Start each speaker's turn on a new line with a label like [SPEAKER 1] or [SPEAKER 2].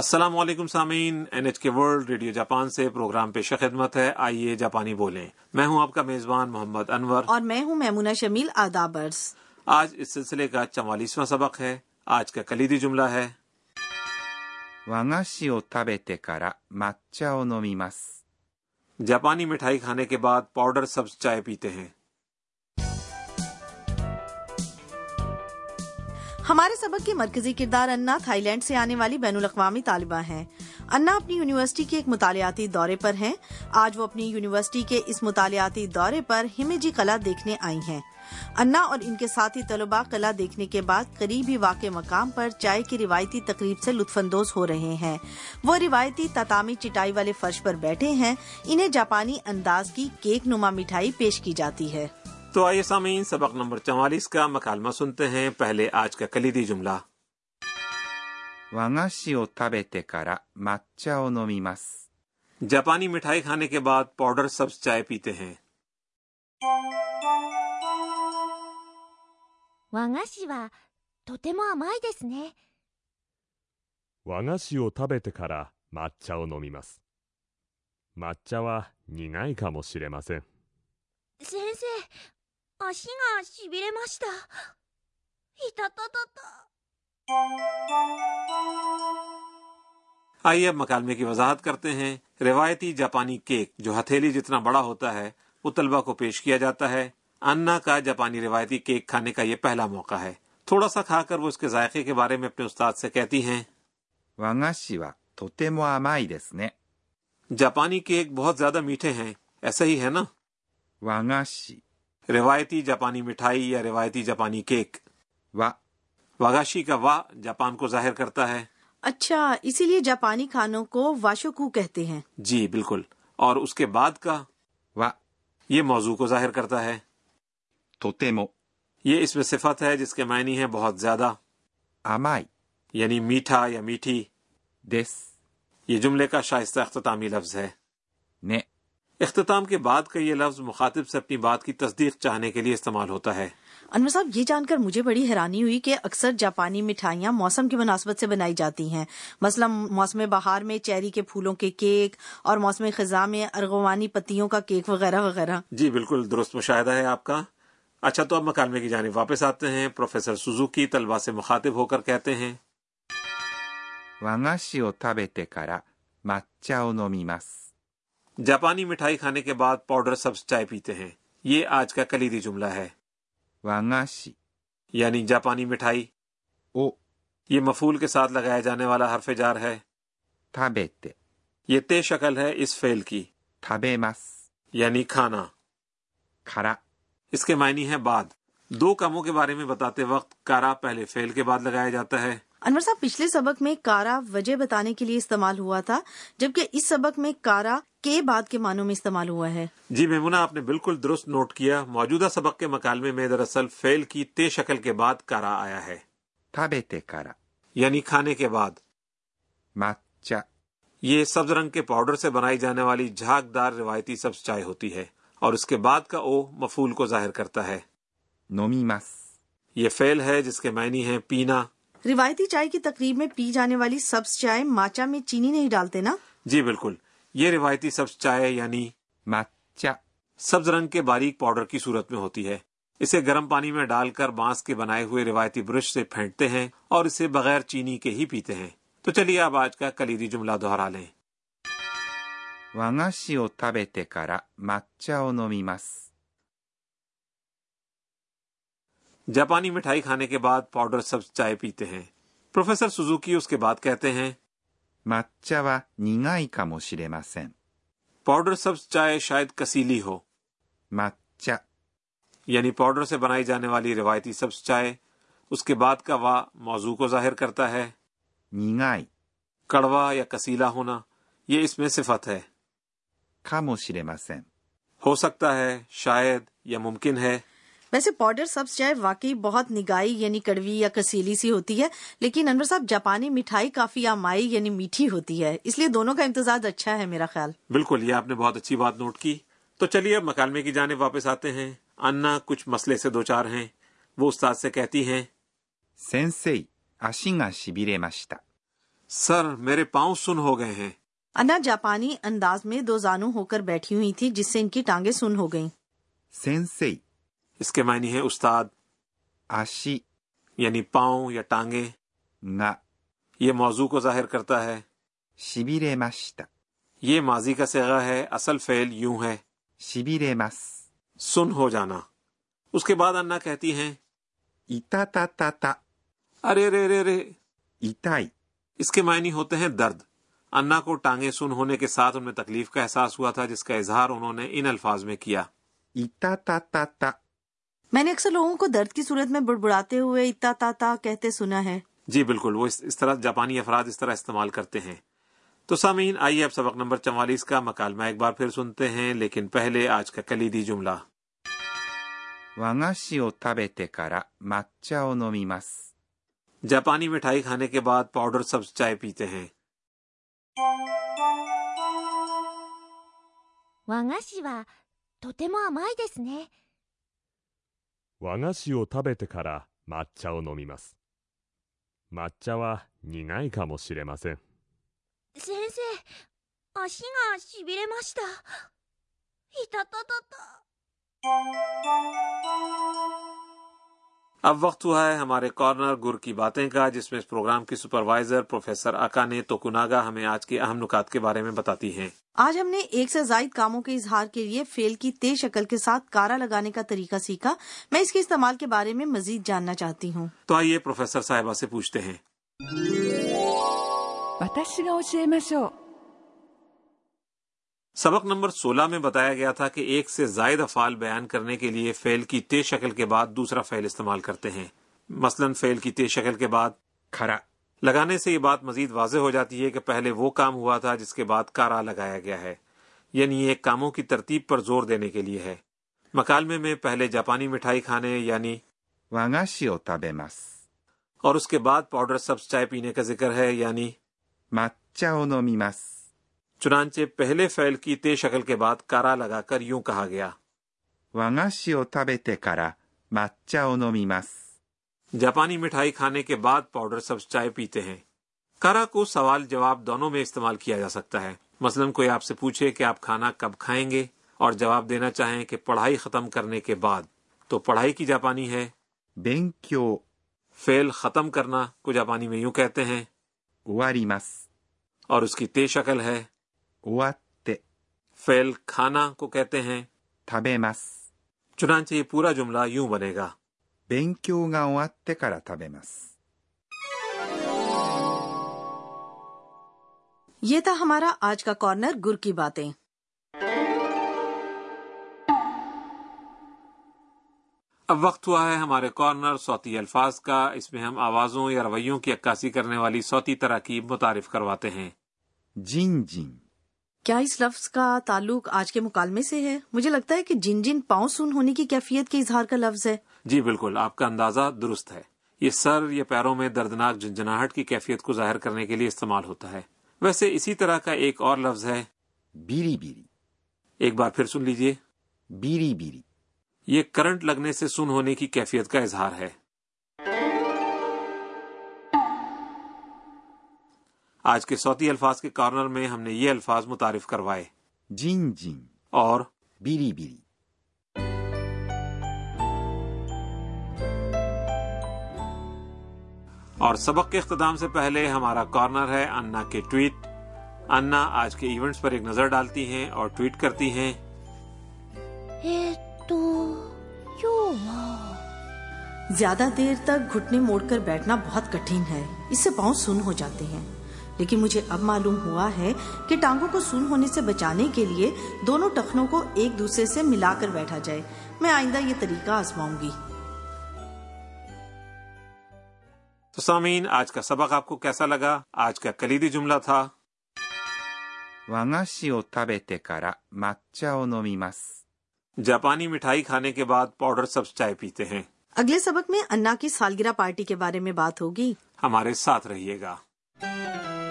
[SPEAKER 1] السلام علیکم سامعین N H K world radio Japan سے پروگرام پیش خدمت ہے آئیے جاپانی بولیں میں ہوں آپ کا میزبان محمد انور
[SPEAKER 2] اور میں ہوں میمونہ شمیل آدابرس
[SPEAKER 1] آج اس سلسلے کا چوالیسواں سبق ہے آج کا کلیدی جملہ ہے
[SPEAKER 3] 和菓子を食べてから抹茶を飲みます
[SPEAKER 1] جاپانی مٹھائی کھانے کے بعد پاؤڈر سبز چائے پیتے ہیں
[SPEAKER 2] ہمارے سبق کی مرکزی کردار انا تھائی لینڈ سے آنے والی بین الاقوامی طالبہ ہیں انا اپنی یونیورسٹی کے ایک مطالعاتی دورے پر ہیں آج وہ اپنی یونیورسٹی کے اس مطالعاتی دورے پر ہمے جی کلا دیکھنے آئی ہیں انا اور ان کے ساتھی طلباء کلا دیکھنے کے بعد قریبی واقع مقام پر چائے کی روایتی تقریب سے لطف اندوز ہو رہے ہیں وہ روایتی تاتامی چٹائی والے فرش پر بیٹھے ہیں انہیں جاپانی انداز کی کیک نما مٹھائی پیش کی جاتی ہے
[SPEAKER 1] تو آئیے سامعین سبق نمبر چوالیس کا مکالمہ سنتے ہیں پہلے آج کا کلیدی جملہ
[SPEAKER 3] 和菓子を食べてから抹茶を飲みます
[SPEAKER 1] جاپانی مٹھائی کھانے کے بعد پاؤڈر سبز چائے پیتے ہیں
[SPEAKER 4] 和菓子はとても甘いですね
[SPEAKER 5] 和菓子を食べてから抹茶を飲みます抹茶は苦いかもしれません
[SPEAKER 4] 先生足がしびれましたいたたたた
[SPEAKER 1] آئیے اب مکالمے کی وضاحت کرتے ہیں روایتی جاپانی کیک جو ہتھیلی جتنا بڑا ہوتا ہے وہ طلبہ کو پیش کیا جاتا ہے انا کا جاپانی روایتی کیک کھانے کا یہ پہلا موقع ہے تھوڑا سا کھا کر وہ اس کے ذائقے کے بارے میں اپنے استاد سے کہتی ہیں
[SPEAKER 3] 和菓子はとても甘いですね
[SPEAKER 1] جاپانی کیک بہت زیادہ میٹھے ہیں ایسا ہی ہے نا
[SPEAKER 3] 和菓子
[SPEAKER 1] روایتی جاپانی مٹھائی یا روایتی جاپانی کیک
[SPEAKER 3] は
[SPEAKER 1] واگاشی کا وا جاپان کو ظاہر کرتا ہے
[SPEAKER 2] اچھا اسی لیے جاپانی کھانوں کو واشوکو کہتے ہیں
[SPEAKER 1] جی بالکل اور اس کے بعد کا
[SPEAKER 3] は
[SPEAKER 1] یہ موضوع کو ظاہر کرتا ہے
[SPEAKER 3] とても
[SPEAKER 1] یہ اس میں صفت ہے جس کے معنی ہے بہت زیادہ
[SPEAKER 3] 甘い
[SPEAKER 1] یعنی میٹھا یا میٹھی
[SPEAKER 3] です。
[SPEAKER 1] یہ جملے کا شائستہ اختتامی لفظ ہے
[SPEAKER 3] ね。
[SPEAKER 1] اختتام کے بعد کا یہ لفظ مخاطب سے اپنی بات کی تصدیق چاہنے کے لیے استعمال ہوتا ہے
[SPEAKER 2] انور صاحب یہ جان کر مجھے بڑی حیرانی ہوئی کہ اکثر جاپانی مٹھائیاں موسم کی مناسبت سے بنائی جاتی ہیں مثلا موسم بہار میں چیری کے پھولوں کے کیک اور موسم خزاں میں ارغوانی پتیوں کا کیک وغیرہ وغیرہ
[SPEAKER 1] جی بالکل درست مشاہدہ ہے آپ کا اچھا تو اب مکالمے کی جانب واپس آتے ہیں پروفیسر سوزوکی طلبہ سے مخاطب ہو کر کہتے ہیں
[SPEAKER 3] 和菓子を食べてから抹茶を飲みます。
[SPEAKER 1] جاپانی مٹھائی کھانے کے بعد پاؤڈر سبز چائے پیتے ہیں یہ آج کا کلیدی جملہ ہے
[SPEAKER 3] 和菓子
[SPEAKER 1] یعنی جاپانی مٹھائی
[SPEAKER 3] を
[SPEAKER 1] یہ مفول کے ساتھ لگایا جانے والا حرف جار ہے
[SPEAKER 3] 食べて、
[SPEAKER 1] یہ تے شکل ہے اس فعل کی
[SPEAKER 3] 食べます。
[SPEAKER 1] یعنی کھانا
[SPEAKER 3] から、
[SPEAKER 1] اس کے معنی ہے بعد دو کاموں کے بارے میں بتاتے وقت کارا پہلے فعل کے بعد لگایا جاتا ہے
[SPEAKER 2] انور صاحب پچھلے سبق میں کارا وجہ بتانے کے لیے استعمال ہوا تھا جبکہ اس سبق میں کارا کے بعد کے معنوں میں استعمال ہوا ہے
[SPEAKER 1] جی میمونہ آپ نے بالکل درست نوٹ کیا موجودہ سبق کے مکالمے میں دراصل فعل کی تے شکل کے بعد کارا آیا ہے
[SPEAKER 3] 食べてから、
[SPEAKER 1] یعنی کھانے کے بعد
[SPEAKER 3] 抹茶、
[SPEAKER 1] یہ سبز رنگ کے پاؤڈر سے بنائی جانے والی جھاگدار روایتی سبز چائے ہوتی ہے اور اس کے بعد کا او مفول کو ظاہر کرتا ہے
[SPEAKER 3] 飲みます。
[SPEAKER 1] یہ فعل ہے جس کے معنی ہے پینا
[SPEAKER 2] روایتی چائے کی تقریب میں پی جانے والی سبز چائے ماچا میں چینی نہیں ڈالتے نا
[SPEAKER 1] جی بالکل یہ روایتی سبز چائے یعنی
[SPEAKER 3] 抹茶、
[SPEAKER 1] سبز رنگ کے باریک پاؤڈر کی صورت میں ہوتی ہے اسے گرم پانی میں ڈال کر بانس کے بنائے ہوئے روایتی برش سے پھینٹتے ہیں اور اسے بغیر چینی کے ہی پیتے ہیں تو چلیے اب آج کا کلیدی جملہ دوہرا لیں
[SPEAKER 3] 和菓子を食べてから抹茶を飲みます。
[SPEAKER 1] جاپانی مٹھائی کھانے کے بعد پاؤڈر سبز چائے پیتے ہیں پروفیسر سوزوکی اس کے بعد کہتے ہیں
[SPEAKER 3] 抹茶は苦いかもしれません。
[SPEAKER 1] پاؤڈر سبز چائے شاید کسیلی ہو
[SPEAKER 3] 抹茶、
[SPEAKER 1] یعنی پاؤڈر سے بنائی جانے والی روایتی سبز چائے اس کے بعد کا وا موضوع کو ظاہر کرتا ہے
[SPEAKER 3] 苦い
[SPEAKER 1] کڑوا یا کسیلا ہونا یہ اس میں صفت ہے
[SPEAKER 3] かもしれません。
[SPEAKER 1] ہو سکتا ہے شاید یا ممکن ہے
[SPEAKER 2] ویسے پاؤڈر سبز چائے واقعی بہت نگاہی یعنی کڑوی یا کسیلی سی ہوتی ہے لیکن انور صاحب جاپانی مٹھائی کافی آمائی یعنی میٹھی ہوتی ہے اس لیے دونوں کا امتزاج اچھا ہے میرا خیال
[SPEAKER 1] بالکل یہ آپ نے بہت اچھی بات نوٹ کی تو چلیے اب مکالمے کی جانب واپس آتے ہیں انا کچھ مسئلے سے دوچار ہیں وہ استاد سے کہتی ہیں
[SPEAKER 3] 先生、足がしびれました。
[SPEAKER 1] سر میرے پاؤں سن ہو گئے ہیں
[SPEAKER 2] انا جاپانی انداز میں دو زانو ہو کر بیٹھی ہوئی تھی جس سے ان کی ٹانگیں سن ہو گئیں
[SPEAKER 3] 先生
[SPEAKER 1] اس کے معنی ہیں استاد
[SPEAKER 3] 足
[SPEAKER 1] یعنی پاؤں یا ٹانگیں
[SPEAKER 3] が
[SPEAKER 1] یہ موضوع کو ظاہر کرتا ہے
[SPEAKER 3] しびれました
[SPEAKER 1] یہ ماضی کا سیغا ہے اصل فعل یوں ہے
[SPEAKER 3] しびれます。
[SPEAKER 1] سن ہو جانا اس کے بعد انا کہتی ہیں
[SPEAKER 3] いたたたた、
[SPEAKER 1] ارے رے رے رے
[SPEAKER 3] 痛い、
[SPEAKER 1] اس کے معنی ہوتے ہیں درد انا کو ٹانگیں سن ہونے کے ساتھ ان میں تکلیف کا احساس ہوا تھا جس کا اظہار انہوں نے ان الفاظ میں کیا
[SPEAKER 3] いたたたた、
[SPEAKER 2] میں نے اکثر لوگوں کو درد کی صورت میں بڑبڑاتے ہوئے اتا تا تا کہتے سنا ہے
[SPEAKER 1] جی بالکل وہ اس اس طرح جاپانی افراد اس طرح استعمال کرتے ہیں تو سامعین آئیے اب سبق نمبر چوالیس کا مکالمہ ایک بار پھر سنتے ہیں لیکن پہلے آج کا کلیدی جملہ
[SPEAKER 3] 和菓子を食べてから抹茶を飲みます。
[SPEAKER 1] جاپانی مٹھائی کھانے کے بعد پاؤڈر سبز چائے پیتے ہیں
[SPEAKER 4] 和菓子はとても甘いですね
[SPEAKER 5] 和菓子を食べてから抹茶を飲みます抹茶は苦いかもしれません
[SPEAKER 4] 先生足がしびれましたいたたたた
[SPEAKER 1] اب وقت ہوا ہے ہمارے کارنر گر کی باتیں کا جس میں اس پروگرام کی سپروائزر پروفیسر اکا نے توکناگا ہمیں آج کے اہم نکات کے بارے میں بتاتی ہیں
[SPEAKER 2] آج ہم نے ایک سے زائد کاموں کے اظہار کے لیے فیل کی تیز شکل کے ساتھ کارا لگانے کا طریقہ سیکھا میں اس کے استعمال کے بارے میں مزید جاننا چاہتی ہوں
[SPEAKER 1] تو آئیے پروفیسر صاحبہ سے پوچھتے ہیں
[SPEAKER 6] 私が教えましょう
[SPEAKER 1] سبق نمبر سولہ میں بتایا گیا تھا کہ ایک سے زائد افعال بیان کرنے کے لیے فعل کی تیز شکل کے بعد دوسرا فعل استعمال کرتے ہیں مثلا فعل کی تیز شکل کے بعد
[SPEAKER 3] から、
[SPEAKER 1] لگانے سے یہ بات مزید واضح ہو جاتی ہے کہ پہلے وہ کام ہوا تھا جس کے بعد کارا لگایا گیا ہے یعنی یہ کاموں کی ترتیب پر زور دینے کے لیے ہے مکالمے میں پہلے جاپانی مٹھائی کھانے یعنی
[SPEAKER 3] 和菓子を食べます。
[SPEAKER 1] اور اس کے بعد پاؤڈر سبز چائے پینے کا ذکر ہے یعنی
[SPEAKER 3] 抹茶を飲みます。
[SPEAKER 1] چنانچہ پہلے فعل کی تیز شکل کے بعد کارا لگا کر یوں کہا گیا
[SPEAKER 3] 和菓子を食べてから抹茶を飲みます。
[SPEAKER 1] جاپانی مٹھائی کھانے کے بعد پاؤڈر سبز چائے پیتے ہیں کارا کو سوال جواب دونوں میں استعمال کیا جا سکتا ہے مثلا کوئی آپ سے پوچھے کہ آپ کھانا کب کھائیں گے اور جواب دینا چاہیں کہ پڑھائی ختم کرنے کے بعد تو پڑھائی کی جاپانی ہے
[SPEAKER 3] 勉強、
[SPEAKER 1] فعل ختم کرنا کو جاپانی میں یوں کہتے ہیں
[SPEAKER 3] 終わります。
[SPEAKER 1] اور اس کی تے شکل ہے
[SPEAKER 3] 終わって、
[SPEAKER 1] فعل کھانا کو کہتے ہیں
[SPEAKER 3] 食べます。
[SPEAKER 1] چنانچہ یہ پورا جملہ یوں بنے گا
[SPEAKER 3] 勉強が終わってから食べます。
[SPEAKER 2] یہ تھا ہمارا آج کا کارنر گر کی باتیں
[SPEAKER 1] اب وقت ہوا ہے ہمارے کارنر صوتی الفاظ کا اس میں ہم آوازوں یا رویوں کی عکاسی کرنے والی صوتی تراکیب متعارف کرواتے ہیں
[SPEAKER 3] じんじん、
[SPEAKER 2] کیا اس لفظ کا تعلق آج کے مکالمے سے ہے مجھے لگتا ہے کہ جن جن پاؤں سن ہونے کی کیفیت کے اظہار کا لفظ ہے
[SPEAKER 1] جی بالکل آپ کا اندازہ درست ہے یہ سر یا پیروں میں دردناک جنجناہٹ کی کیفیت کو ظاہر کرنے کے لیے استعمال ہوتا ہے ویسے اسی طرح کا ایک اور لفظ ہے
[SPEAKER 3] ビリビリ、
[SPEAKER 1] ایک بار پھر سن لیجئے
[SPEAKER 3] ビリビリ、
[SPEAKER 1] یہ کرنٹ لگنے سے سن ہونے کی کیفیت کا اظہار ہے آج کے صوتی الفاظ کے کارنر میں ہم نے یہ الفاظ متعارف کروائے
[SPEAKER 3] じんじん、
[SPEAKER 1] اور
[SPEAKER 3] ビリビリ。
[SPEAKER 1] اور سبق کے اختتام سے پہلے ہمارا کارنر ہے انا کے ٹویٹ انا آج کے ایونٹس پر ایک نظر ڈالتی ہیں اور ٹویٹ کرتی ہیں
[SPEAKER 4] えー、っと今日は
[SPEAKER 2] زیادہ دیر تک گھٹنے موڑ کر بیٹھنا بہت کٹھن ہے اس سے پاؤں سن ہو جاتے ہیں لیکن مجھے اب معلوم ہوا ہے کہ ٹانگوں کو سن ہونے سے بچانے کے لیے دونوں ٹخنوں کو ایک دوسرے سے ملا کر بیٹھا جائے میں آئندہ یہ طریقہ آزماؤں گی
[SPEAKER 1] تو سامعین آج کا سبق آپ کو کیسا لگا آج کا کلیدی جملہ تھا
[SPEAKER 3] 和菓子を食べてから抹茶を飲みます。
[SPEAKER 1] جاپانی مٹھائی کھانے کے بعد پاؤڈر سبز چائے پیتے ہیں
[SPEAKER 2] اگلے سبق میں انا کی سالگرہ پارٹی کے بارے میں بات ہوگی
[SPEAKER 1] ہمارے ساتھ رہیے گا